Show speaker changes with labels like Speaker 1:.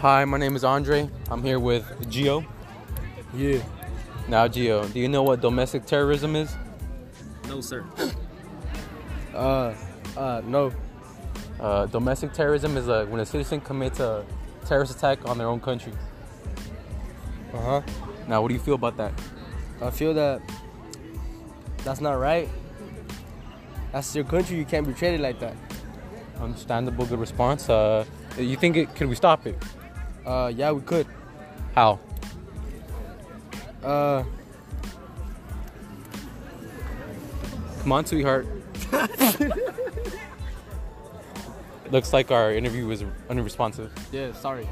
Speaker 1: Hi, my name is Andre. I'm here with Gio.
Speaker 2: Yeah.
Speaker 1: Now, Gio, do you know what domestic terrorism is?
Speaker 3: No, sir.
Speaker 2: Uh, uh, no.
Speaker 1: Uh, domestic terrorism is uh, when a citizen commits a terrorist attack on their own country.
Speaker 2: Uh huh.
Speaker 1: Now, what do you feel about that?
Speaker 2: I feel that that's not right. That's your country. You can't be treated like that.
Speaker 1: Understandable, good response. Uh, you think it? Could we stop it?
Speaker 2: Uh, yeah, we could.
Speaker 1: How?
Speaker 2: Uh,
Speaker 1: Come on, sweetheart. Looks like our interview was unresponsive.
Speaker 2: yeah. Sorry.